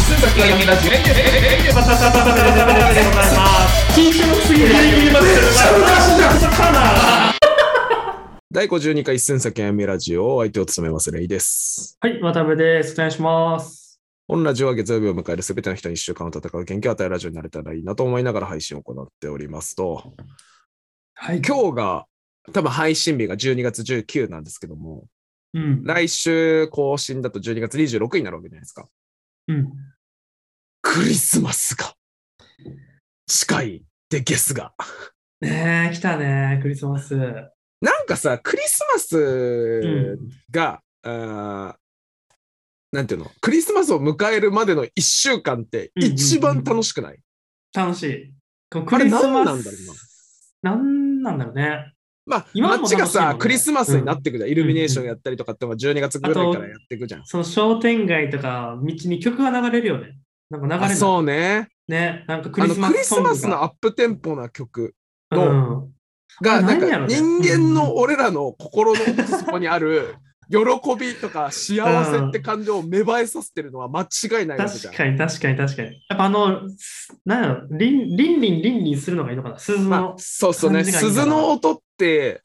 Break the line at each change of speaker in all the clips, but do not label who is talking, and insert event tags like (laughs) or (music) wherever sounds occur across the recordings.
先が読み出す。
バタバタバタバタバタでございます。緊張しすぎる。
第52回一0先あやめラジオ、相手を務めますレイです。
はい、渡部です。お願いします。
本ラジオは月曜日を迎えるすべての人に1週間を戦う研究を与えるラジオになれたらいいなと思いながら配信を行っておりますと、
はい。
今日が多分配信日が12月19なんですけども、
うん。
来週更新だと12月26になるわけじゃないですか。
うん。
クリスマスが近いでゲスが。
ねえ、来たね、クリスマス。
なんかさ、クリスマス
う
が、あーなんていうの、クリスマスを迎えるまでの1週間って
うんうんうん
一番楽しくない、
楽しい。こう
あ
ク
れ
リスマス。
何なんだろう
な。んなんだろうね。
まあ、
今も楽しい
街
もんね
がさ、クリスマスになってくじゃん。イルミネーショ
う
ン
ん
やったりとかって、まあ12月ぐらいからやってくじゃん。
その商店街とか、道に曲が流れるよね。なんか流れ
あ
る。
そうね。
ね。なんかク
あ
リ
の
スマス
クリスマス
ソング
の
が
アップテンポな曲
うん
が、な
あ
ん
何や
か
ろね
人間の俺らの心の奥底にあ
(laughs)
る喜びとか幸せって感情を芽生えさせてるのは間違いないわけじゃ
確
ん。
かに確かに確かに。やっぱあの、すなんやろ、りんりんりんりんりんするのがいいのかな。鈴
まあ
の、
そうそうね。
感じがいいかな
鈴の音って、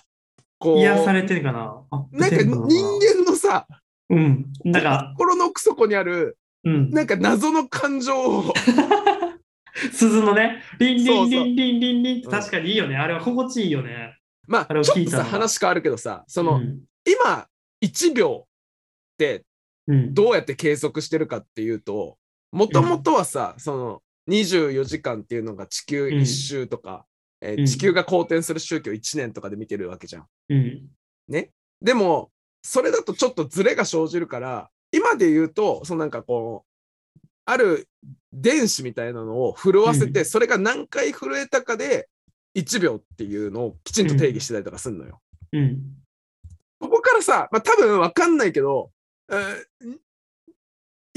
こう、
癒されてるかな。アップ
なんか
テン
人
ポなの
間のさ、
うん。なんか、
心の奥底にある、
うん。
なんか謎の感情
(laughs)
を、
鈴のね、リンリ
そう
ン
そう
リンリンリンリンって
うん
確かにいいよね。あれは心地いいよね。
ま
あれ
あ、
を
ちょ
聞
っ
い
と
たの
さ、
が
話変わるけどさ、そうの、
ん。
今1秒って
うん
どうやって計測してるかっていうともともとはさ、その24時間っていうのが地球一周とか、えー
うん
地球が公転する周期を1年とかで見てるわけじゃん。
うん。
でもそれだとちょっとズレが生じるから今で言うとそのなんかこうある電子みたいなのを震わせて、
う
それが何回震えたかで1秒っていうのをきちんと定義してたりとかするのよ。
うん。
ここからさ、まあ、多分わかんないけど、えー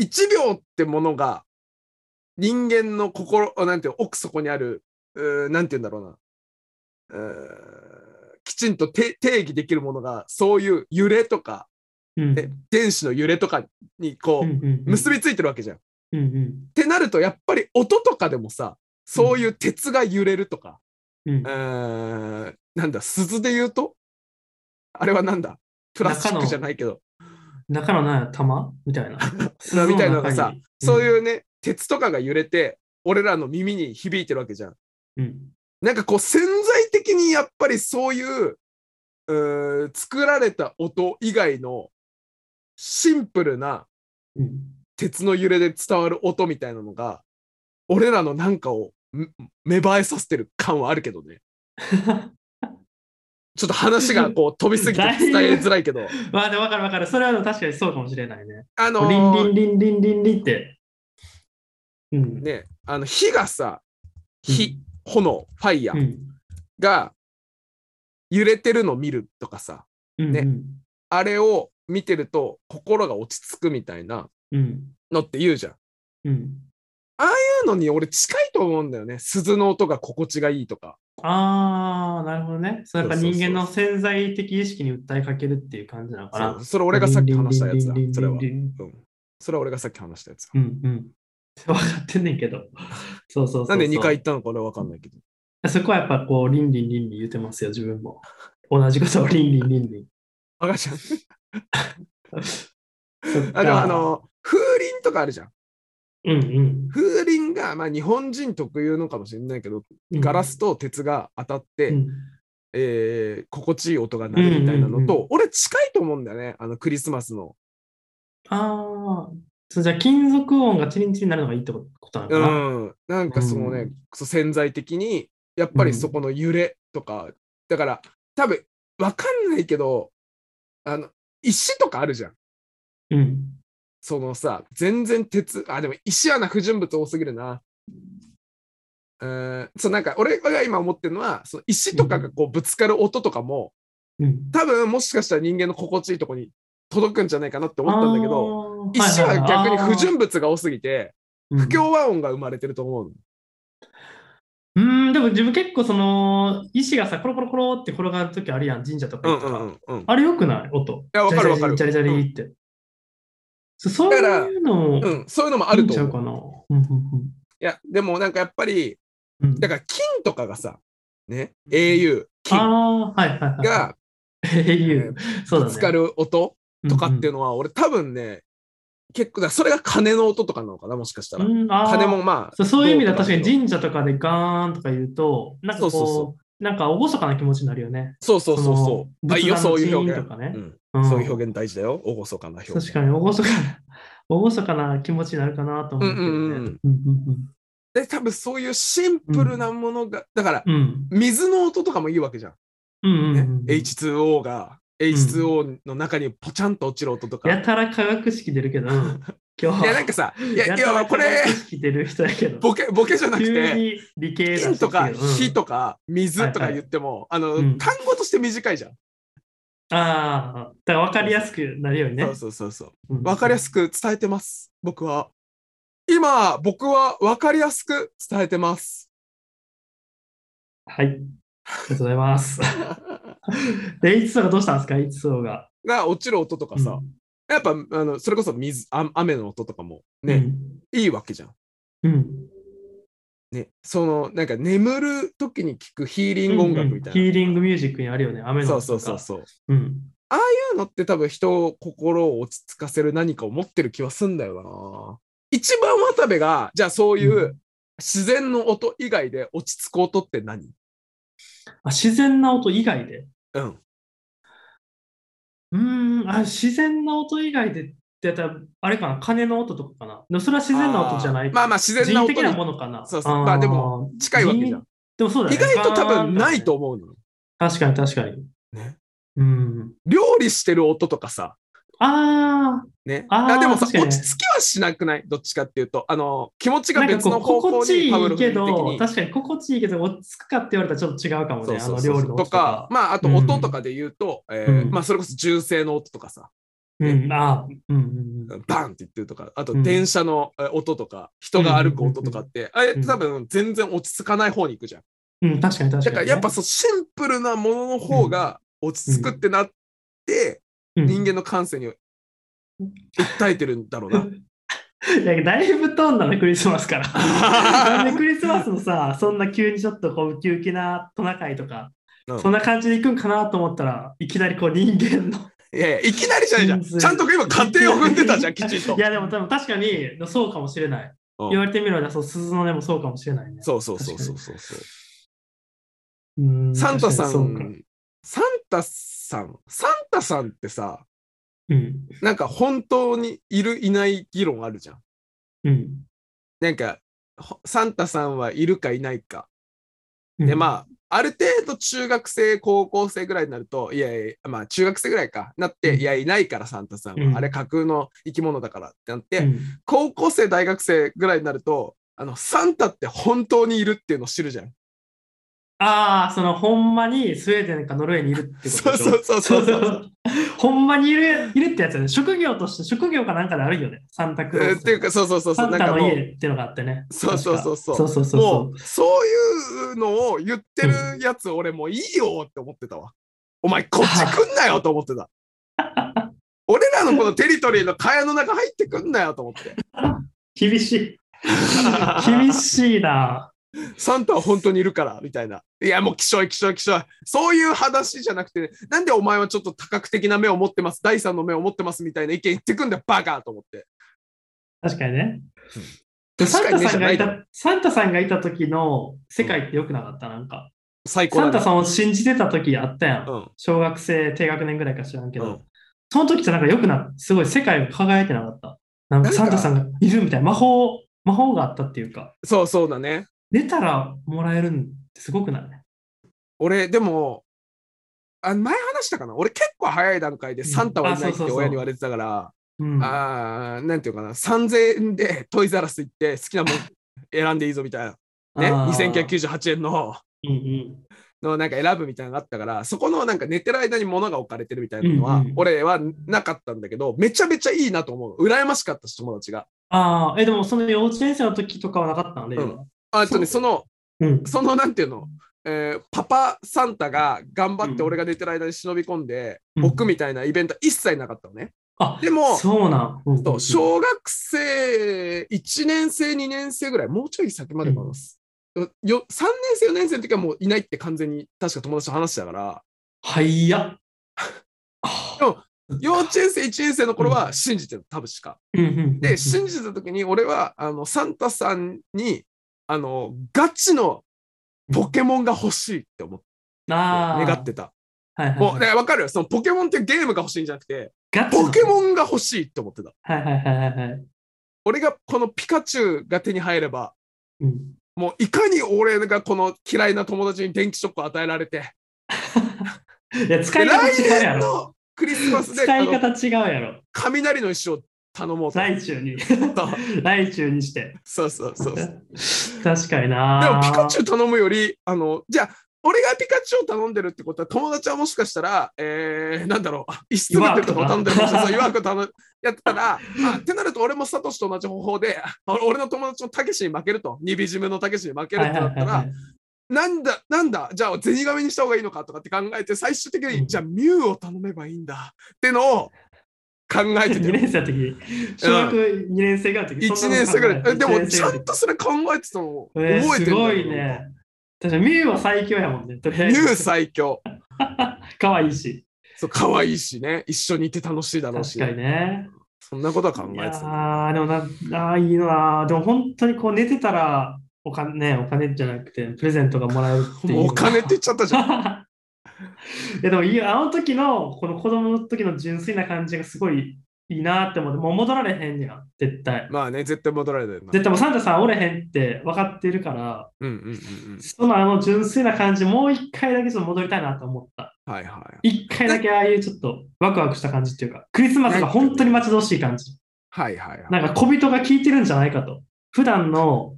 1秒ってものが人間の心、あなんていうの奥底にある、うーなんていうんだろうな、うーきちんとて定義できるものが、そういう揺れとか、
うん。
ね電子の揺れとかにこう、結
び。
びついてるわけじゃん。っ
うんうん
てなると、やっぱり音とかでもさ、そういう鉄が揺れるとか、
うん。
うーんなんだ、鈴で言うとあれはなんだプラスチックじゃないけど、
中のな、玉みたいな。鈴
みたいなのがさ
中に、
そう
う
いうね、鉄とかが揺れて、俺らの耳に響いてるわけじゃん。
ん。うん。
なんかこう潜在的にやっぱりそういう、うー作られた音以外のシンプルな
うん。
鉄の揺れで伝わる音みたいなのが、俺らのなんかをん芽生えさせてる感はあるけどね。ちょっと話が
(laughs)
こう飛びすぎて伝えづらいけど、
まあでもわかるわかる。それは確かにそうかもしれないね。
あのー
リンリンリンリンリンリンって。うん。
ね、あの火がさ、
うん
火、炎、ファイヤ
う
ー
ん。
が揺れてるの見るとかさ、
うん。
ねあれを見てると心が落ち着くみたいな
うん。
のって言うじゃん。
うん。
そういうのに俺近いと思うんだよね。鈴の音が心地がいいとか。
ああ、なるほどね。そうやっぱ
そうそう
人
そう
間の潜在的意識に訴えかけるっていう感じなのかな。
そうそれ俺がさっき話したやつだ
リンリン。
それは。
リンリン
うん。それは俺がさっき話したやつだ。
リンうんうん。分かってんねんけど。 (laughs) そうそうそうそう。
なんで2回言ったのか俺は分かんないけど。
そこはやっぱこう、リンリンリンリン言ってますよ、自分も。同じことをリンリンリンリン。
あかちゃん。
そっか
あでもあ、の、風鈴とかあるじゃん。
うんうん
風鈴が、まあ、日本人特有のかもしれないけど、
うん。
ガラスと鉄が当たって、
うん
えー心地いい音が鳴るみたいなのと、
うんうん
俺近いと思うんだよね。あのクリスマスの。
ああ、そうじゃあ金属音がチリンチリンになるのがいいってことなのかな。
うん、なんかそのね、
うん
そう潜在的にやっぱりそこの揺れとか、だから多分わかんないけどあの石とかあるじゃん
うん。
そのさ全然鉄あでも石はな不純物多すぎるなうんそうなんか俺が今思ってるのはその石とかがこうぶつかる音とかも
うん。
多分もしかしたら人間の心地いいとこに届くんじゃないかなって思ったんだけど
ど
石は逆に不純物が多すぎて不協和音が生まれてると思うの
うーん、でも自分結構その、石がさ、コロコロコロって転がるときあるやん、神社とか
うん
行っ
う
たら。
んうんうん
あれよくない音。い
やわかるわかる
ジャリジャリジャリジャリって。そそう
だから
いうのも、
うん、そういうのもあると
いいんち
思
ゃう
う。
かな。ううんうん
いや、でもなんかやっぱり、
うんうん
だから金とかがさ、ね、au、金
ああー、はいはいはい。 (laughs)
が
au、そうだ
ぶ
ね。
つかる音とかっていう
の
のは、俺多分ね、結構、だからそれが鐘の音とかなのかな、もしかしたら。鐘
金
もまあ、
そうそういう意味では確かに
どう
神社とかでガーンとか言うと、なんかこう、
そうそうそ
なんか厳かな気持ちになるよね。
そうそうそうそう。
の
あ、いいよ、
仏壇
そ
の
ういう表現
寺院。とかね
うん
ん
そういう表現大事だよ。厳かな表現。
確かに厳かな、厳かな気持ちになるかなと思うけど
う
ね。
んうんうんで、多分そういうシンプルなものが、だから、
うんうん
水の音とかもいいわけじゃん。
うんうんうん
ね
うん。
H2O が、H2O の中にポチャンと落ちる音とか。
やたら化学式出る
(laughs)
けど、今日は。
いや、なんかさ、いや、い
た
や
ら
こ
化
れ
(laughs) 学、式出る人やけど。
ボケ、ボケじゃなく
急
て、
に理系だし
金とか
けどうん
火とか水と
は
か
いはい
言っても、あ
う
の、
ん
単語として短いじゃん。
ああ、だから分かりやすくなるようにね
そう。そうそうそう。わ
分
かりやす
く。
く伝えてます、僕は。今、僕はわかりやすく伝えてます。
はい。ありがとうござ
(laughs)
います。で、いつがどうしたんですか、いつが。
が落ちる音とかさ、やっぱ、あの、それこそ水、あ雨の音とかも
うん
ね、。いいわけじゃん。
うん。
ね、そのなんか眠る時に聞くヒーリ
うん
ング音楽みたいな、
ヒーリングミュージックにあるよね、雨の
そ
音
う
とか。
そうそうそうそう
うん。
いうのって多分人を心を落ち着かせる何かを持ってる気はすんだよな一番渡部がじゃあそういうう自然の音以外で落ち着く音って何
あ自然な音以外で。
うん
うーんあ、自然な音以外でってやったら、あれかな、鐘の音とかかな。でもそれは自然な音じゃない。
あーまあまあ自然な音
人的なも
に
のかな。
そうそうまあでも
ー
近いわけじゃん
人でもそうだね。
意外と多分ないと
思
思うのよ
う。確かに確かに。
ね
うん。
料理してる音とかさ
ああ、
ね
あー
あでもさ
確かに
落ち着きはしなくないどっちかっていうとあの気持ち
な
が
んか
別
こ
の
う、
方向
心地
に
い
パブ
い
ロフ
け
的
ど、
に
確かに心地いいけど、落ち着くかって言われたらちょっと違うかも
そ
ね、
う
あ
そう
の
そうそ
料理
う
の
と
音と
か
か、。
まあ、あと
うん
音とかで言うと、えー
うん
まあ、それこそ銃声の音とかさ、
うん、ああ、うんうんうん。
バンって言ってるとか、あと
うん
電車のえー音とか、人が歩く音とかって、あれ
うん
多分全然落ち着かない方に行くじゃん。
うん、確かに確
だ
かに。
からやっぱ、そうシンプルなものの方が落ち着くってなって、
うん、
人間の感性に訴えてるんだろうな。
いやだいぶ飛んだな、クリスマス
(laughs)
から。なんでクリスマスのさ、そんな急にちょっとこうウキウキなトナカイとか、
うん
そんな感じで行くんかなと思ったらいきなりこう人間の。
いやいや、いきなりじゃないじゃん。
全然
ちゃんと今、家庭を踏んでた
(laughs)
じゃん、きちんと
い。やでも多分確かにそうかもしれない。
うん
言われてみればそう鈴の音もそうかもしれないね。
そうそうそうそうそうそう。
うん
サンタさ
確かにそうか
ん、サンタさん、サンタさんってさ、
うん。
なんか本当にいるいない議論あるじゃん。
うん。
なんかほサンタさんはいるかいないか。
うん
でまあある程度中学生高校生ぐらいになるといやいやまあ中学生ぐらいかなって、
うん
いやいないからサンタさんは、
うん
あれ架空の生き物だからってなって、
うん
高校生大学生ぐらいになるとあのサンタって本当にいるっていうのを知るじゃん。
ああ、そのほんまにスウェーデンかノルウェーにいるってこ
そう
とでしょ
そうそうそうそう。
(laughs) ほんまにいるいるってやつよね。職業として、職業かなんかであるよね。サンタクロ
え
ー
ー
ス。
っていうかそうそうそうそ
サ
う
ン
なん
タ
か
の
もう
家っていうのがあってね。
そうそうそうそう
確かそうそうそ
も
う
うそういうのを言ってるやつ、俺もういいよって思ってたわ。お前こっち来んなよと思ってた。俺らのこのテリトリーの蚊帳の中入ってくんなよと思
(laughs)
って。
そう。厳し
(laughs)
い。厳しいな。
サンタは本当にいるからみたいな。いやもうきしょいきしょいきしょい。そういう話じゃなくて、なんでお前はちょっと多角的な目を持ってます、第三の目を持ってますみたいな意見言ってくんだよ、バカと思って。
確かにね。サ
確かにね
ンタさ
じ
ん
ゃ
が
ないいだろ
た、サンタさんがいた時の世界って良くなかった、なんか。
最高
サ
だ
ンタ
ね。
さんを信じてた時あったやん。
うん
小学生、低学年ぐらいか知らんけ
う
ど。
ん
その時ってなんか良くなった。すごい世界が輝いてなかった。なんかサンタさんがいるみたいな。魔法、魔法があったっていうか。
そうそうだね。
出たらもらえるんってすごくない
俺でもあ前話したかな俺結構早い段階で
うん
サンタはいないっ
あそう
て
そうそう
親に言われてたから、
うん、
あーなんていうかな3000円でトイザらス行って好きな
(laughs)
もん選んでいいぞみたいなね
あー
2998円の
うん
のなんか選ぶみたいなのがあったからそこのなんか寝てる間に物が置かれてるみたいなのは、
うんうん
俺はなかったんだけどめちゃめちゃいいなと思う羨ましかったし友達が
ああ、え、でもその幼稚園生の時とかはなかったのね。
うんあとねその
うん。
そのなんていうの、えーパパサンタが頑張って
うん
俺が寝てる間に忍び込んで、
うん
置くみたいなイベントは一切なかったのね。
あ、
でも、
そうなん。うん
そう小学生1年生、2年生ぐらい、もうちょい先までかな。よ3年生、4年生の時はもういないって完全に確か友達と話してたから、
はい
(laughs)
や。
でも幼稚園生、1年生の頃は信じてた、多分しか。
うんうんうん
で、信じてた時に、俺はあのサンタさんにあのガチのポケモンが欲しいって思って、
あー
願ってた。
はいはいはい
もう、だから分かるよ。そのポケモンっていうゲームが欲しいんじゃなくて、
ガチの
ポケモンが欲しいって思ってた。
はいはいはいはいはい。
俺がこのピカチュウが手に入れば、
うん
もういかに俺がこの嫌いな友達に電気ショックを与えられて、
いや、使
で
い方
来
違うや
年
ろ。
のクリスマスで
使い
あの
方違うやろ。
雷の石を頼もうと。
来週に。 (laughs)
そう
来週にして。
(laughs) そうそうそうそう。
確かにな。
でもピカチュウ頼むより、あの、じゃあ、俺がピカチュウを頼んでるってことは、友達はもしかしたら、えー、なんだろう、一つってるとこ頼んでる
岩
そう
倉
そう、岩倉頼むやってたら、あってなると、俺もサトシと同じ方法で、あ俺の友達のたけしに負けると、ニビジムのたけしに負けるってなった
はいはいはい
ら
は、い
なんだ、なんだ、じゃあ、銭神にした方がいいのかとかって考えて、最終的
う
に、
ん
じゃあ、ミュウを頼めばいいんだってのを考えて
(laughs) 2
て。
年生の時、小学2年生ぐらいの時、そ
1
んな
年
こと
生ぐらいえ。で
考え一
も、
年生
ち
ぐ
ゃ
らい
んとそれ考えてたのを覚え
え
てるんだけ
ーす
ど
ごいね。確かに、ミュウは最強やもんね。とりあえ
ミュウ
ず。
最強。
かわいいし。
そう可愛いしね、一緒にいて楽しいだろう
確
し、
かにね。
そんなことは考
いや
えてた。
ーでもな、あーいいな。でも本当にこう寝てたら、お金、ね、お金じゃなくて、プレゼントがもらえる (laughs) っていう
もうお金って言っちゃったじゃん。
いやでもいいあの時のこの子供の時の純粋な感じがすごいいいなって思ってもう戻られへんやん絶対
まあね、絶対戻られないな。
絶対もうサンタさんおれへんって分かってるから
うんうんうんう
そのあの純粋な感じもう一回だけちょっと戻りたいなと思った
ん。はいはい。
一回だけああいうちょっとワクワクした感じっていうかクリスマスが本当に待ち遠しい感じ
はいはいはい。
なんか小人が聞いてるんじゃないかと普段の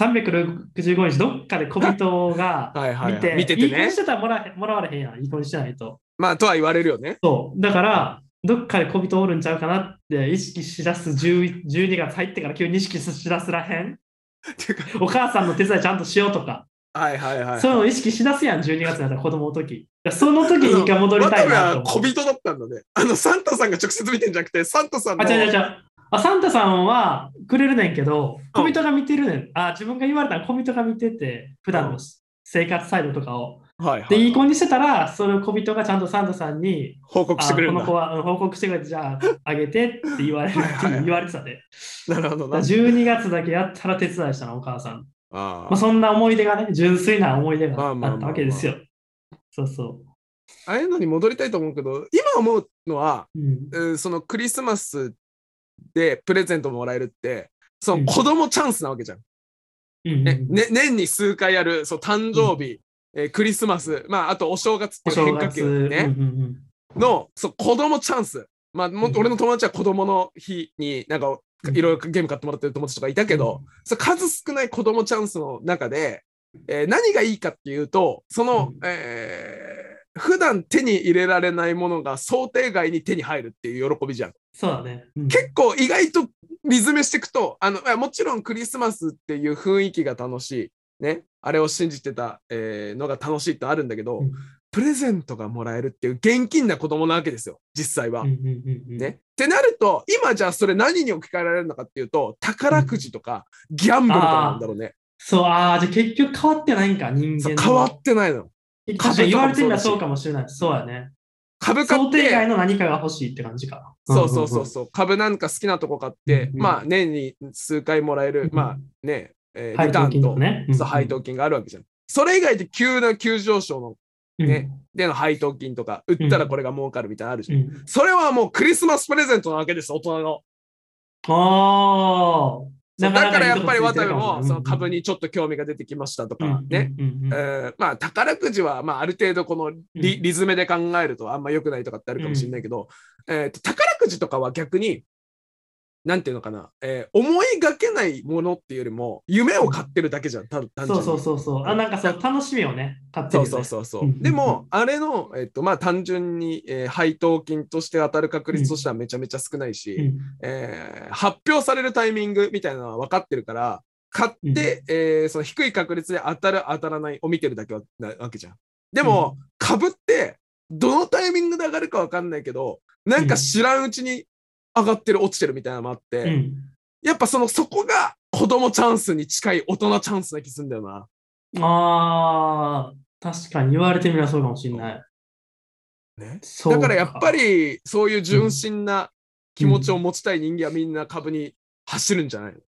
365日どっかで小人が
はい (laughs) はいは
見
い、
て
見てて
いい子に
ね
し。てたらもらえもらわれへんやんいい子にしてないと
まあ、とは言われるよね。
そう。だから、どっかで小人おるんちゃうかなって意識しだす10 12月入ってから急に意識しだすらへん。
ていうか、
お母さんの手伝いちゃんとしようとか、
はいはいはい。
そういうの意識しだすやん、12月になったら子供の時。だからその時に一回戻りた
渡
いなと
部は小
思う。
人だったんだね。あの、サンタさんが直接見てんじゃなくて、サンタさんの。
あ、違う違う違う。あ、サンタさんはくれるねんけど、小人が見てるねん。あ、自分が言われたら小人が見てて、普段の生活サイドとかを。
はいはい。
で、いい子にしてたら、それを小人がちゃんとサンタさんに
報告してくれる
あ
んだ
この。子はうん報告してくれて、じゃあ、あげてって言われる
はいはいはい
言われてたで。
なるほど
だから
な。
12月だけやったら手伝いしたの、お母さん。
あ
まあ、
あ
そんな思い出がね、純粋な思い出
ま
が
あまあまあ
あったわけですよ。そうそ
ああいうのに戻りたいと思うけど、今思うのは、
う。うん、
うんそのクリスマスでプレゼントもらえるって、そ
うん
の子供チャンスなわけじゃん。
うん
ねね年に数回やる、そう誕生日、えークリスマス、まあ、あとお正月って
お
いう
正
変化
月、
球、ね
うんうんうん
のそう子供チャンス。まあ、も
うん
俺の友達は子供の日になんか
うん
いろいろゲーム買ってもらってる友達とかいたけど、そう数少ない子供チャンスの中で、えー何がいいかっていうと、その、
うん
えー普段手に入れられないものが想定外に手に入るっていう喜びじゃん。
そうだね。うん
結構意外とリズムしていくとあのいやもちろんクリスマスっていう雰囲気が楽しい、ね、あれを信じてた、えーのが楽しいってあるんだけど、
うん
プレゼントがもらえるっていう現金な子供なわけですよ実際は。
うんうんうんうん
ね、ってなると今じゃあそれ何に置き換えられるのかっていうと宝くじとかギャンブルとかなんだろうね。
そう、ああ、じゃあ結局変わってないんか、人
そう
間の。
変わってないの。
結局言われてみたら
株
そ
と
うかもしれない。そうやね。
株買
想
っ
定外
て
の何かが欲しいって感じか。
そうそうそ
ん
うん
ん
そう株なんか好きなとこ買って、
うん
まあ年に数回もらえる、
うん
まあね、えー
配
リタ
当
ーン
金と
と
かね。
そう配当金があるわけじゃん。それ以外で急な急上昇の
金
ね。での配当金とか、売ったらこれが儲かるみたいなのあるじ
う
ゃん。
んうん
それはもうクリスマスプレゼントなわけです、大人の。
ああ。
だからやっぱり渡
部
部もその株にちょっと興味が出てきましたとかね。。
うんうんうんうんうん
えーまあ宝くじはまあある程度この
う
リ
ん
リズムで考えるとあんま良くないとかってあるかもしれないけど、えーと宝くじとかは逆になんていうのかな、えー思いがけないものっていうよりも夢を買ってるだけじゃんた単純
そ
に
うそうそうそう。あ、なんかそう、楽しみをね、買ってる
そ
よ
う
ね。
そうそうそう
うんうんうん
でもあれの、えっとまあ、単純に、えー配当金として当たる確率としてはめちゃめちゃ少ないし、
うん
えー発表されるタイミングみたいなのは分かってるから買って、
うん
えーその低い確率で当たる当たらないを見てるだけわなわけじゃんでも、株ってどのタイミングで上がるか分かんないけどなんか知らんうちに上がってる、落ちてるみたいなのもあって、
うん。
やっぱその、そこが子供チャンスに近い大人チャンスな気すんだよな。
ああ、確かに言われてみればそうかもしれない。
ね。
そう
だからやっぱり、そういう純真な気持ちを持ちたい人間はみんな株に走るんじゃないの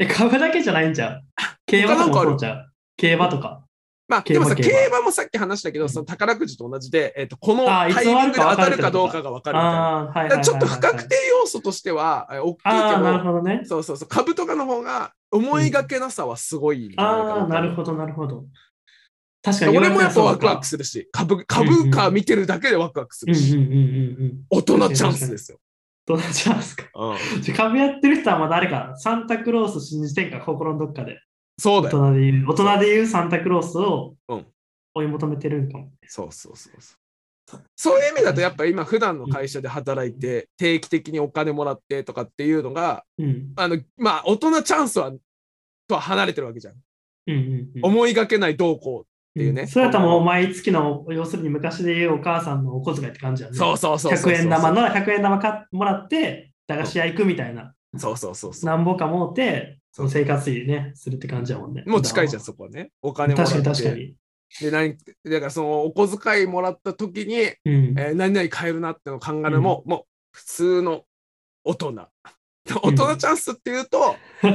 え、株だけじゃないんちゃう競馬とかもそうちゃう競馬とか。
まあ、
競
でも
馬
さ、
競馬
競馬もさっき話したけど、その宝くじと同じで、えっと、この
あ
タ
ーいつ
イミングで
終わ
当た
るか分かる
るかどうかが分かるみたいな。
ああ、はいはいはいはい、
だからちょっと不確定要素としては、え大きい
ああ、なる
け
ほどね
ど、。そうそうそう、株とかの方が思いがけなさはすごいんじゃいか
ああ、なるほど、なるほど。確かに
俺もやっぱワクワク
す
するし、株株価見てるだけでワクワクするし、
うんうんうんうんうん。
大人チャンスですよ。
どうなんちゃうんですか (laughs)
うん
じゃあ株やってる人はまあ誰か、サンタクロース信じてんか、心のどっかで。
そう
大
だよ。
人で言う、大人で言うサンタクロースを
うん
追い求めてるんかも。
そうそうそうそう。そういう意味だと、やっぱ今、普段の会社で働いて、定期的にお金もらってとかっていうのが、
うん。
あの、まあ、大人チャンスは、とは離れてるわけじゃん。
うんうんうん。
思いがけない動向。ていうね
んそれだともう毎月の、要するに昔で言うお母さんのお小遣いって感じやね。
そうそうそうそうそう。
100円玉の100円玉かもらって、駄菓子屋行くみたいな。
そうそうそうそう。
なんぼかもうて、その生活費ね、するって感じやもんね。
もう近いじゃん、
普
そこはね。お金
段
もら
は
って。
確かに確か
で
に。
何だからそのお小遣いもらった時に、え
うん。
ー何々買えるなってのを考えるのも、もう普通の大人。大人チャンスっていうと、え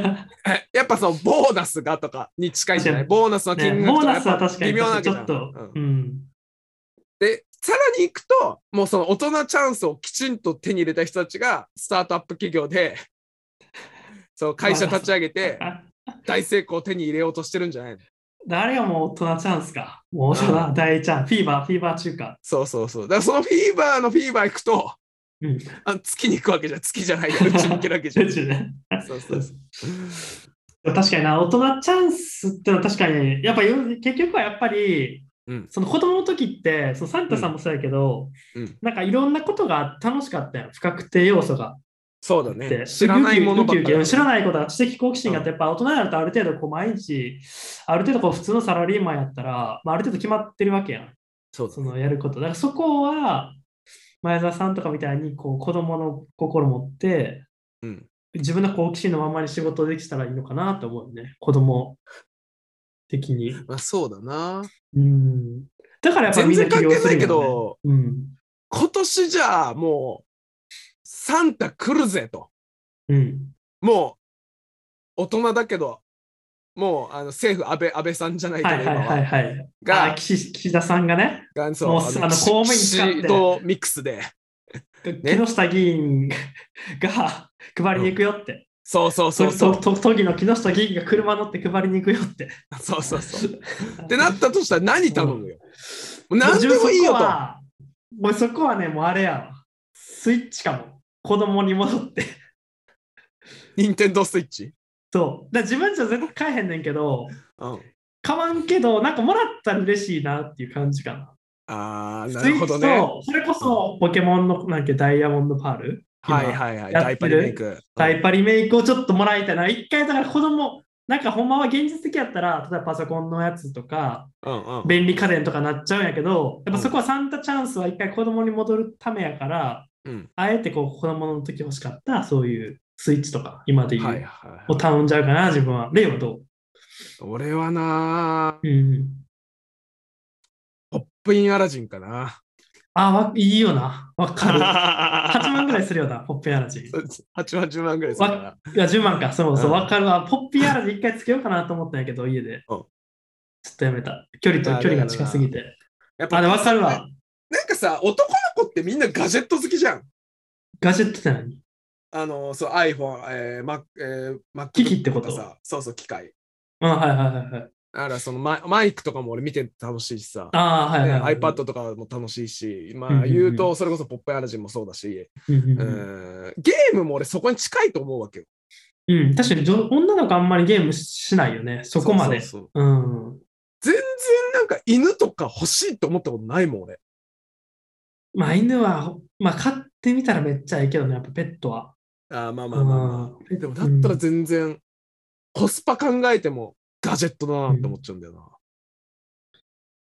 (laughs) やっぱそのボーナスがとかに近いじゃない
確
ボーナスの金
(laughs) ね、
額と
ボー
かや
ナ
っ
スは
ぱ
確か
微
に
妙なわ
ち
け
ょ
じゃ
っ
ん。
と
うん、
うん。
で、さらに行くと、もうその大人チャンスをきちんと手に入れた人たちが、スタートアップ企業で、 (laughs) そう会社立ち上げて、
あ
大成功を手に入れようとしてるんじゃないの
誰がもう大人チャンスか。もう大人、
う
大チャン、フィーバー、フィーバー中 (laughs) 華。
そうそうそう。だからそのフィーバーのフィーバー行くと、
うん。
あ月に行くわけじゃん、月じゃない
(laughs)
よ、うちに行けるわけじゃん。
中ね
そうそうそう。
確かにな、大人チャンスってのは確かに、やっぱよ結局はやっぱり、
うん
その子供の時って、そのサンタさんもそうやけど、
うんうん
なんかいろんなことが楽しかったよ、不確定要素が。
そうだ
って
ね。知らないものばっか
ウキウキウキウ
り。
キ知らないことは知的好奇心があって、やっぱ大人になるとある程度こう毎日、ある程度こう普通のサラリーマンやったら、まあ、ある程度決まってるわけやん。
そう
そのやること。だからそこは、前澤さんとかみたいにこう子供の心持って、
うん。
自分の好奇心のままに仕事できたらいいのかなと思うね。子供的に。
まあそうだな。
うん。だからやっぱ
全
みんな
然
起
関
業
係
す
な
る
いけ
よね
ど、
うん。
今年じゃあもう、サンタ来るぜと。
うん。
もう、大人だけど、もうあの政府安倍、安倍さんじゃないけ
は
ど、
い
今
はいは
は。
いはい。あ
が、
岸岸田さんがね、
がそ
もう
う、
あの公務員使って
シートミックスで。
木下議員が配りに行くよって、
そうそうそうそ。
そうと都議の木下議員が車乗って配りに行くよって。
そうそうそう。ってなったとしたら何頼むよ。もう何でもいい
自分そ
よ。
ことはもうそこはね、もうあれやわ。スイッチかも。子供に戻って。
任天堂スイッチ。
そう。だから自分じゃ絶対買えへんねんけど、
うん。
買わんけど、なんかもらったら嬉しいなっていう感じかな。
ああ、なるほどね。
スイッチとそれこそポケモンのなんかダイヤモンドパール、今
はいはいはい。
やっ
ダイパ
てる
リメイク。
ダイパリメイクをちょっともらいたいな。一回だから子供、なんかほんまは現実的やったら、例えばパソコンのやつとか、
うんうん。
便利家電とかなっちゃうんやけど、やっぱ
うん
そこはサンタチャンスは一回子供に戻るためやから、
うん
あえてこう子供の時欲しかった、そういうスイッチとか、今で言う、
はいは
を
い。
頼んじゃうかな、自分は。レイはど
俺はな、
ううん。
ポップインアラジンかな。
あわ、いいよな。わかる。8
8 (laughs)
万ぐらいするよな、ポップインアラジン。い
8万、10万ぐらいするから。
や、10万か、そうそう、
うん
わかるわ。ポップインアラジン一回つけようかなと思ったんやけど、家で。ち
う
ょ
ん
っとやめた。距離
あ
と
ー
距
だ
離が
から
近
な
すぎて。
やっぱ
あ、でもわかるわ。
なんかさ、男の子ってみんなガジェット好きじゃん。
ガジェットって何
あの、そう、iPhone、えー、Mac、えー、Mac
機器ってこと
さ、そうそう、機械。
うん、はいはいはいはい。
だからそのマイマイクとかも俺見てて楽しいしさ。
ああ、はい
ね
はい、はい。
iPad とかも楽しいし、
うんうん
まあ
うん
言うと、それこそポップインアラジンもそうだし、
うんうん
う
うん
んゲームも俺そこに近いと思うわけよ。
うん、確かに女女の子あんまりゲームしないよね、そこまで。う。
そうそうそうん全然なんか犬とか欲しいと思ったことないもん俺。
まあ犬は、まあ飼ってみたらめっちゃいいけどね、やっぱペットは。
あーまあまあまあまあ。
うん
でもだったら全然コスパ考えてもガジェットだなって思っちゃうんだよな。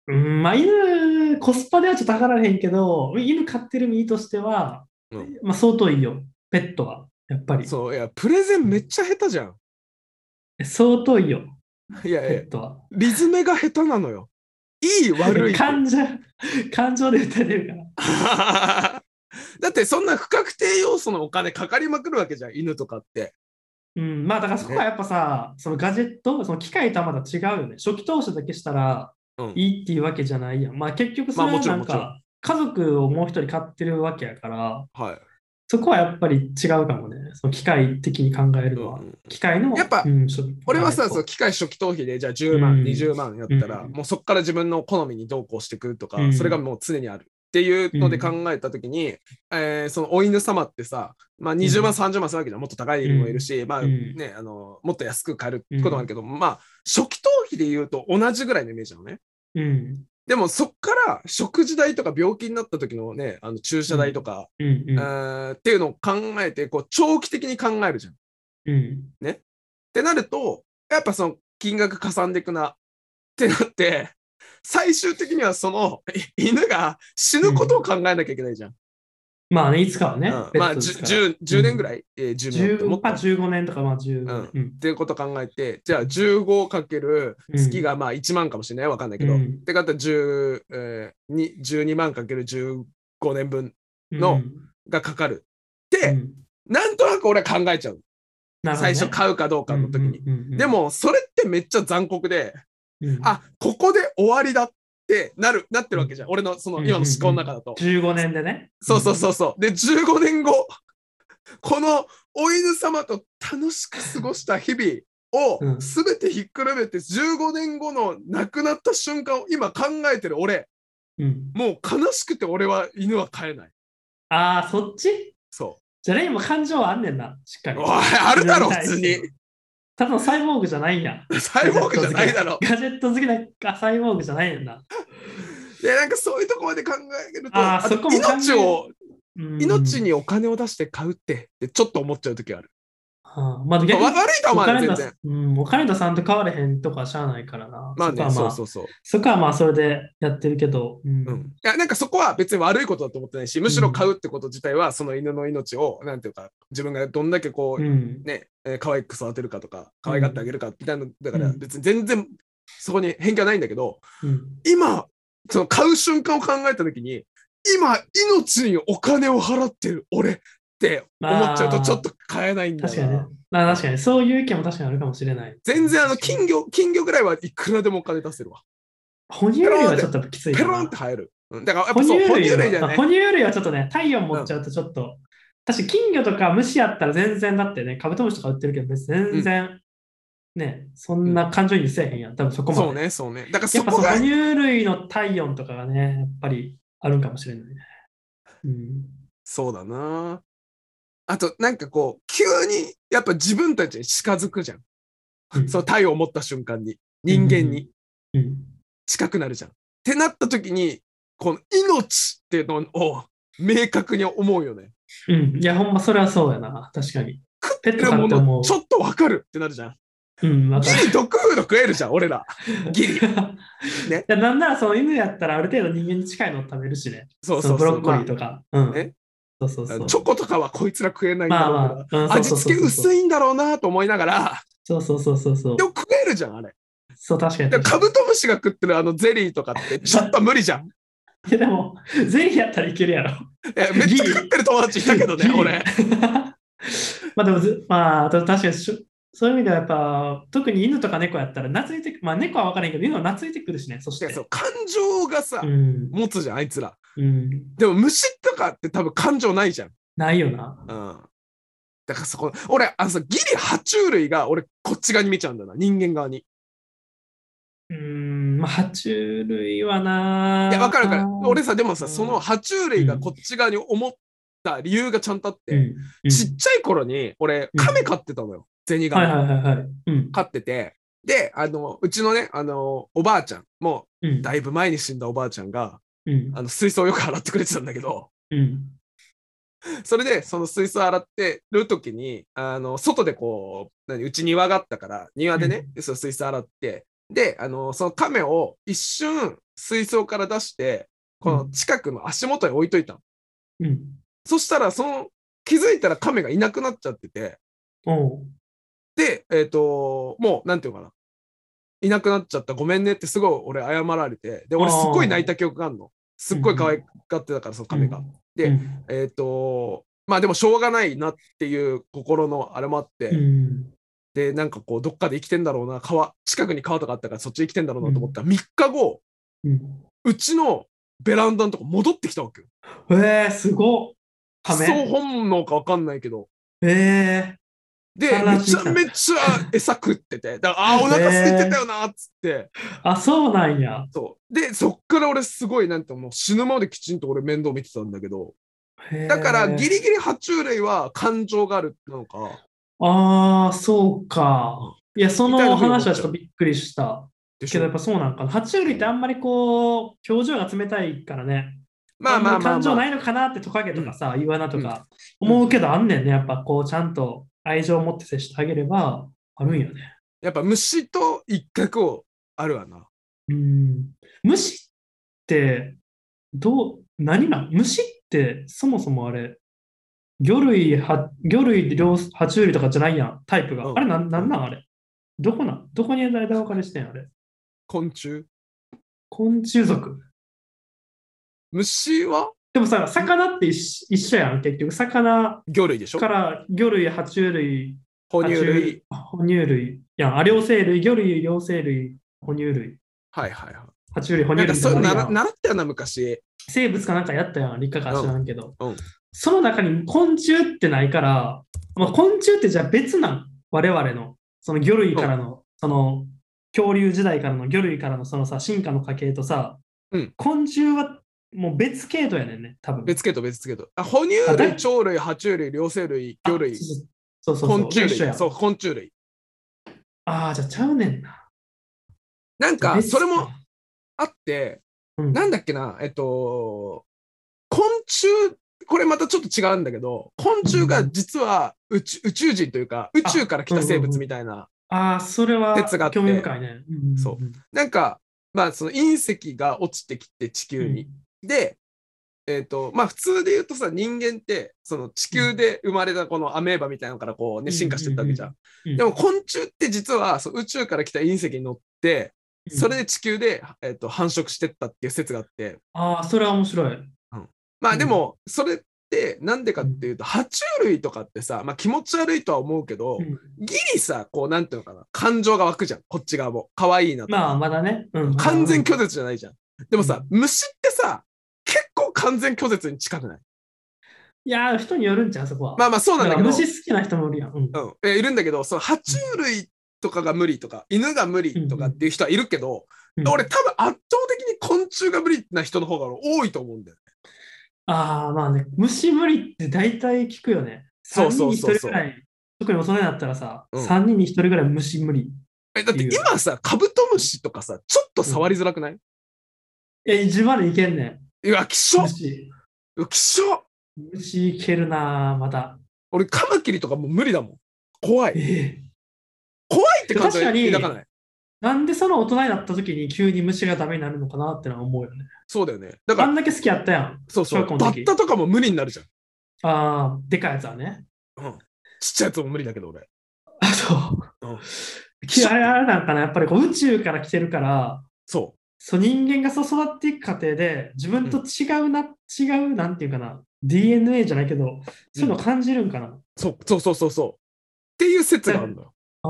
うん、まあ犬、コスパではちょっと上がられへんけど、犬飼ってる身としては、
うん
まあ、相当いいよ、ペットは。やっぱり。
そう、いや、プレゼンめっちゃ下手じゃん。
相当いいよ、
いやいや
ペッ、トは。
リズムが下手なのよ。いい、悪い。
感情、感情で歌えてるから。
(laughs) だってそんな不確定要素のお金かかりまくるわけじゃん、犬とかって。
うん、まあだからそこはやっぱさ、そのガジェット、その機械とはまだ違うよね。初期投資だけしたら
うん
いいっていうわけじゃないやん。まあ結局それ
まあ
は
もちろ
なんんか、家族をもう一人飼ってるわけやから、
は
そこはやっぱり違うかもね。その機械的に考え
い。
るのは。機械の。
やっぱ
うん、初
俺はさ、
はい
その機械初期投費で、じゃあ10万、
うん
20万やったら、
うん
もうそこから自分の好みにどうこうしてくるとか、
うん
それがもう常にある。っていうので考えたときに、えーそのお犬様ってさ、まあ、20万、30万するわけじゃんもっと高い犬もいるし、まあ
うん
ね、あのもっと安く買えることもあるけど、まあ初期投費で言うと同じぐらいのイメージなのね。
うん、
でもそっから食事代とか病気になった時のねあの注射代とか、
うん、うん
え、ーっていうのを考えてこう長期的に考えるじゃん。っ
うん。
てなるとやっぱその金額かさんでいくなってなって最終的にはそのい犬が死ぬことを考えなきゃいけないじゃん。
まあね、いつかは
う
ね
ん。
ペ
まあ
ットですから
10, 10年ぐらい、えー寿命って
10
もっと
まあ
っ
15年とか、まあ15年。うん
ていうことを考えてじゃあ15かける月がまあ1万かもしれないわかんないけど、
う
っ
ん
て方10、えーに12万かける15年分
うん
のがかかる。
う
で、
ん
なんとなく俺は考えちゃう。
なるほどね
最初買うかどうかの時に。
うんうんうんうん
でも、それってめっちゃ残酷で、
うん
あ、ここで終わりだってなる、なってるわけじゃん。俺のその今の思考の中だと。
15年でね。
そうそうそうそう。で、15年後、 (laughs) このお犬様と楽しく過ごした日々を
うん
全てひっくるめて15年後の亡くなった瞬間を今考えてる俺、
うん。うん
もう悲しくて俺は犬は飼えない。
ああ、そっち
そ
じゃね今感情はあんねんな、しっか
う。
り。
おい、あるだろ、普通に。。
ただのサイボーグじゃないんや。
サイボーグじゃないだろ。
ガジェット好きなあサイボーグじゃないねんな。
でなんかそういうとこまで考えると
あー
あと
そこも考え
命を
うん
命。にお金を出して買うってってちょっと思っちゃう時ある。
はあまあ、逆
まあ
に
悪いとは
お
思わない全
金田
然
さ。んうん、お金田さんと変われへんとかしゃあないからな。
まあね、
そこ
そう
はまあ
そうそう。
そこはまあそれでやってるけど。うん
うん、いやなんかそこは別に悪いことだと思ってないしむしろ買うってこと自体はその犬の命をなんていうか自分がどんだけこう、
うん
ねえー可愛く育てるかとか可愛がってあげるかみたいなのだから
うん
別に全然そこに偏見はないんだけど
うん
今その買う瞬間を考えた時に今命にお金を払ってる俺って思っちゃうとちょっと買えないんだ
確かにね
な。。
まあ確かに、そういう意見も確かにあるかもしれない。
全然あの
確かに
金魚金魚ぐらいはいくらでもお金出せるわ。
哺乳類はちょっときつ
ペ
いかな。
ロンって入る。うんだからやっ
哺
ぱ
乳
そう
類
哺乳
は
類だよ
まあ
ね
哺。乳類はちょっとね、体温持っちゃうとちょっと、確かに金魚とか虫やったら全然だってね、カブトムシとか売ってるけど、別に全然、ね、そんな感情にせえへんやん、多分そこまで。
そうねそうね。だから
や
そ
っぱそ
こ
の
が
哺乳類の体温とかがね、やっぱりあるんかもしれないね。うん、
そうだな。あとなんかこう急にやっぱ自分たちに近づくじゃん。
うん
その体を持った瞬間に人間に
うん、
近くなるじゃん。ってなった時にこの命っていうのを明確に思うよね。
うん。いや、ほんまそれはそうやな、確かに。
食え
ペット
る
か
も
って思
の
う
ち。ょっとわかるってなるじゃん。
うん、わ
ギ
かる。
リ毒フード食えるじゃん俺ら。ギ
(laughs)
リ。ね
いやなんならその犬やったらある程度人間に近いのを食べるしね。
そうそ
その
う
ブ
そ
ロ
う。
ッコリ
ま
ーとか。うん。
え
そうそうそ
あ
う。
チョコとかはこいつら食えないんだ
まあ
ろうな。
まあ、うん
味付け薄いんだろうなと思いながら、
そうそうそうそうそう
で。も食えるじゃん、あれ。
そう、確かに
でも
確か
カブトムシが食ってるあのゼリーとか
(laughs)
ってちょっと無理じゃん。
に。いやでも、ゼリーやったらいけるやろ。
えめっちゃ食ってる友達いたけどね
ギ、リ
俺。。
(laughs) まあでもず、まあ、た確かにしょそういう意味ではやっぱ、特に犬とか猫やったら懐いてく、まあ猫は分からへんけど、犬は懐いてくるしね、そし
い
て。
やそう感情がさ、
うん。
持つじゃん、あいつら。
うん。
でも虫とかって多分感情ないじゃん。
ないよな。
うん。だからそこ、俺、あのさ、ギリ爬虫類が俺、こっち側に見ちゃうんだな、人間側に。
うん、まあ、爬虫類はな。
いや、わかるわから。俺
っ
さ、でもさ、その爬虫類がこっち側に思った理由がちゃんとあって、
うんうん
ちっちゃい頃に俺、
うん
亀飼ってたのよ、ゼニガ
はい
メ。
はいはいはい。うん。
飼ってて、で、あの、うちのね、あの、おばあちゃん、も
うん
うだいぶ前に死んだおばあちゃんが、
うん
あの、水槽をよく洗ってくれてたんだけど、
うん。
それで、その水槽洗ってる時に、あの、外でこう、何、うち庭があったから、庭でね、その水槽洗って、で、あの、その亀を一瞬水槽から出して、この近くの足元に置いといたの。
うん。
そしたら、その、気づいたら亀がいなくなっちゃってて、
おう
で、えっ、と、もう、なんていうのかな。いなくなっちゃった、ごめんねってすごい俺謝られて、で、俺すっごい泣いた記憶があるの。すっごい可愛がってたから、その亀が。。で
うん
えっ、と、まあでもしょうがないなっていう心のあれもあって、
うん。
で、なんかこう、どっかで生きてんだろうな、川、近くに川とかあったからそっちで生きてんだろうなと思ったら、3日後、
うん
うちのベランダのとこ戻ってきたわけよ。
えー、すごっ。
そう
亀。
本能かわかんないけど。
え
で、
産
め
卵し
ち
て
ゃ
きた
めちゃ餌食ってて、だ
(laughs)
から、あー、お腹空いてたよな、っつって。
ー、あ、そうなんや。
そう。で、そっから俺すごい、なんてもう死ぬまできちんと俺面倒見てたんだけど、
へー
だからギリギリ爬虫類は感情があるなのか、
ああ、そうか。いや、そ
みたいな
の
風に思っ
話
ちゃう
はちょっとびっくりした。
でし
けどや
ょ
っぱそうなんかな。爬虫類ってあんまりこう、表情が冷たいからね。
まあまあ
ん
まあ
感情
ま
な
あ。
いのかなってトカゲとかさ、イワナとか思うけどあんねんね。やっぱこう、ちゃんと愛情を持って接してあげればあるんよね。
やっぱ虫と一角をあるわな。
うん。虫って、どう、何なん虫ってそもそもあれ、魚類、は魚類、両爬虫類とかじゃないやん、タイプが。
うん
あれなん、なんなんあれ。どこなんどこに枝分かれしてんあれ。
昆虫。
昆虫族。
虫は
でもさ、魚って一緒一緒やん、結局。魚
魚類でしょ
から魚類、爬虫類、
哺乳
爬
類
虫。哺乳類。いや、あ両生類、魚類、両生類、哺乳類、
はいはいはい。
爬虫類、哺
な
乳
ん
類
か
み
そ
た
うい
いうな
の
のあるや
習
ん
習ったよな、昔。
生物かなんかやったやん、理科か知らんけど。
うんうん
その中に昆虫ってないから、まあ、昆虫ってじゃあ別なん我々の、その魚類からの、その恐竜時代からの魚類からのそのさ、進化の過程とさ、
うん
昆虫はもう別系統やねんね、多分。
別系と別系と。あ哺乳
あ
類、
だ
鳥類、爬虫類、両生類、魚類、
そうそうそう。
昆虫
一緒や
類。
ん
そう、昆虫類。
ああ、じゃあちゃうねんな。
なんか、
別
それも、あって、
うん、
なんだっけな、えっと、昆虫、これまたちょっと違うんだけど、昆虫が実は宇宙宇宙人というか、宇宙から来た生物みたいな、
ああ、それは
哲があって
興味深いね。うんうんうん
そうなんか、まあ、その隕石が落ちてきて地球に。で、えっと、まあ、普通で言うとさ、人間って、その地球で生まれたこのアメーバみたいなのからこうね、進化してったわけじゃん。
うんうん
でも昆虫って実はそう宇宙から来た隕石に乗って、
うん
それで地球で、えっと、繁殖してったっていう説があって、
ああ、それは面白い。
まあ
うん
でも、それってなんでかっていうと、爬虫類とかってさ、まあ気持ち悪いとは思うけど
う、ん
ギリさ、こうなんていうのかな、感情が湧くじゃん、こっち側も。可愛いなと。
まあ、まだね。うん、
完全拒絶じゃないじゃん。でもさ、
う
虫ってさ、結構完全拒絶に近くない
いやー、人によるんじゃん、そこは。
まあまあそうなんだけど、
虫好きな人もいるやん。うん
うんえーいるんだけど、その爬虫類とかが無理とか、犬が無理とかっていう人はいるけど、
うん
俺多分圧倒的に昆虫が無理な人の方が俺多いと思うんだよ。
ああ、まあね、虫無理って大体聞くよね。
そうそうそう
3人に1人ぐらい、特に大人になったらさ、
うん
3人に1人ぐらい虫無理。
えだって今さ、カブトムシとかさ、ちょっと触りづらくない、
え、一番でいけんねん。
いや、きっしょ
虫。
うきっしょ
虫いけるなーまだ。
俺、カマキリとかもう無理だもん。怖い。
ええ
怖いって感じは
確かに
抱かない。
なんでその大人になった時に急に虫がダメになるのかなってのは思うよね。
そうだよね。だか
あ
ら、
んだけ好きやったやん。
そうそう。
小学校
バ
の時
ッタとかも無理になるじゃん。
ああ、でかいやつはね。
ちっちゃいやつも無理だけど、俺。
あ、そう
うん。
きあれあれなんかな、やっぱりこう宇宙から来てるから、
そ
そう人間がそう育っていく過程で、自分と違うな、違うなんていうかな、DNA じゃないけど、そういうの感じるんかな。
う。そうそうそうそうそう。っていう説があるんだよ。
あ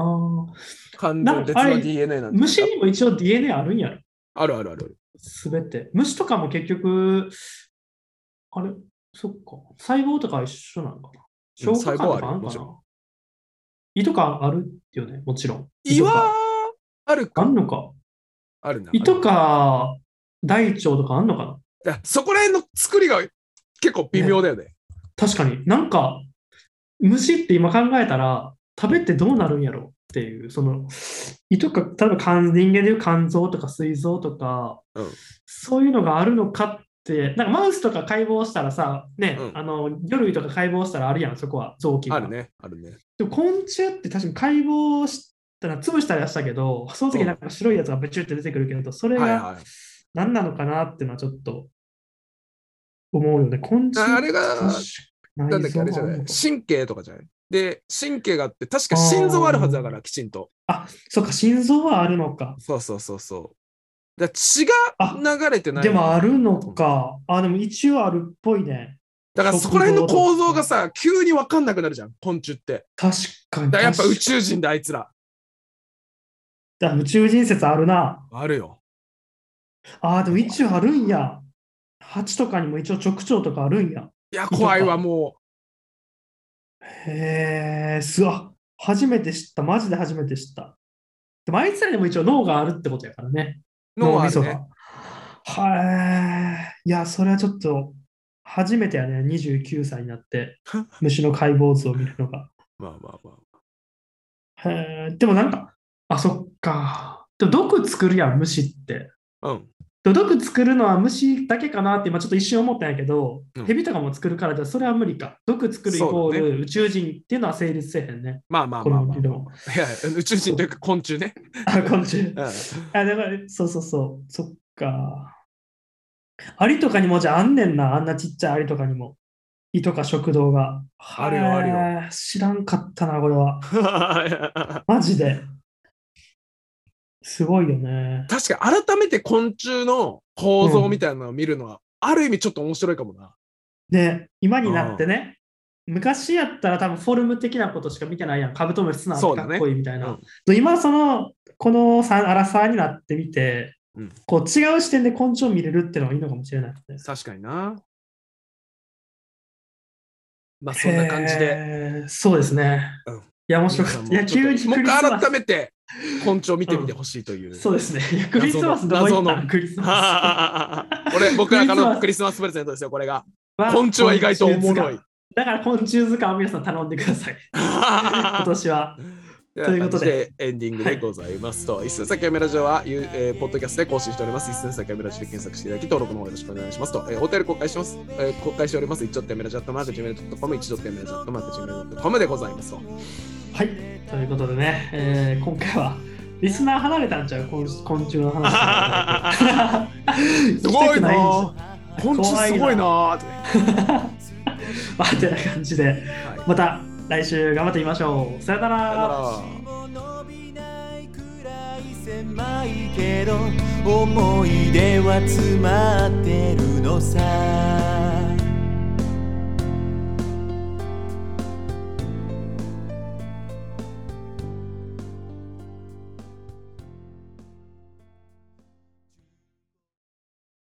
完全別
なんかあ
の
れ
DNA な
あ、
んだ
虫にも一応 DNA あるんやろ。
あるあるある。
すべて。虫とかも結局、あれ、そっか。細胞とかは一緒なのかな。消化管とかあ
細胞ある
る
も
か
ちろ
な。胃とかあるよね、もちろん。
胃
と
は
か、
ある
あ
か
る。のか。
あるな。
胃とか、大腸とかあるのかない
やそこら辺の作りが結構微妙だよね。
確かになんか、虫って今考えたら、食べてどうなるんやろっていう、その、胃とか、例えば肝人間でいう肝臓とか膵臓とか、
うん
そういうのがあるのかって、なんかマウスとか解剖したらさ、ね、
うん
あの、魚類とか解剖したらあるやん、そこは臓器が。
あるね。あるね。
でも昆虫って確かに解剖したら潰したりはしたけど、その時なんか白いやつがブチュって出てくるけど、それ
はい
が
はい。
何なのかなっていうのはちょっと思うよね。昆虫
ああれが
な
なんだっけあれじゃない神経とかじゃないで、神経があって、確か心臓はあるはずだから、きちんと。
あ、そっか、心臓はあるのか。
そうそうそうそう。だから血
あ
が流れてない。
でもあるのか。あ、でも一応あるっぽいね。
だからそこら辺の構造がさ、急に分かんなくなるじゃん、昆虫って。
確かに。
だからやっぱ宇
確か
宙人であいつら。
だ宇宙人説あるな。
あるよ。
あー、でも一応あるんや。蜂とかにも一応直腸とかあるんや。
いや、怖い
いいと
わ、
こ
も
へえ、すわ。初めて知った。マジで初めて知った。でもあいつらにも一応脳があるってことやからね。
う。脳はある
が
ね。。
はい。いや、それはちょっと、初めてやね。29歳に
(laughs)
なって、虫の解剖図を見るのが。
まあまあまあ。
へーでもなんか、あ、そっか。でも毒作るやん、虫って。
うん。
でも毒作るのは虫だけかなって今ちょっと一瞬思ったんやけど、
うん
蛇とかも作るからじゃそれは無理か。毒作るイコール、宇宙人っていうのは成立せえへんね。
まあまあ
こ
まあ、
の
まあ。
理
い
論。
や、宇宙人というか昆虫ね。
あ、昆虫。
うん
あ、だから、そうそうそう。そっか。アリとかにもじゃああんねんな、あんなちっちゃいアリとかにも。胃とか食堂が。
あるよあるよ
よ。知らんかったな、これは。マジで。すごいよね。
確かに改めて昆虫の構造みたいなのを見るのは、ある意味ちょっと面白いかもな。
で、今になってね、昔やったら多分フォルム的なことしか見てないやん。カブトムシな
そ
ん
う
て
だ
か
ね
っこいいみたいな。
うん
で今、その、このさアラサーになってみて、
うん
こう違う視点で昆虫を見れるってのがいいのかもしれないですね。
確かにな。まあそんな感じで、
へー。そうですね。
うん
いや、面白
皆さん
かっ
も
た。いや、
ちょ
急
っ
に
と
ク
もう一
リ
回
スマ
改
ス。
めて昆虫を見てみてほしいという。
そうですね。いやクリスマスどこ行ったんクリスマ
俺、僕らからのクリスマスプレゼントですよ、これが。
スは。
(laughs) 昆虫は意外とおもろい
昆虫図鑑。だから昆虫図鑑を皆さん頼んでくだ
(laughs)
さい。今年は。
と
ということで
エンディングでございますと、一寸先メラジオは、ゆえーポッドキャストで更新しております。一寸先メラジオで検索していただき、登録の方よろしくお願いしますと、えー、お便り公開します、えー公開しております。一丁ってメラジオアットマークジメルドットコム、一丁ってメラジオアットマークジメルドットコムでございますと。
はい。ということでね、えー今回は。リスナー離れたんちゃう昆昆虫の
(laughs)
話。
すごいな
(laughs) 行
ぁ。昆虫すごいなぁって。
きたくないんですまあ、てな感じで、
はい
また来週頑張ってみましょう。さよ
さ
な
よな
ら。
ら
も伸びないくらい狭いけど思い出は詰まってるのさ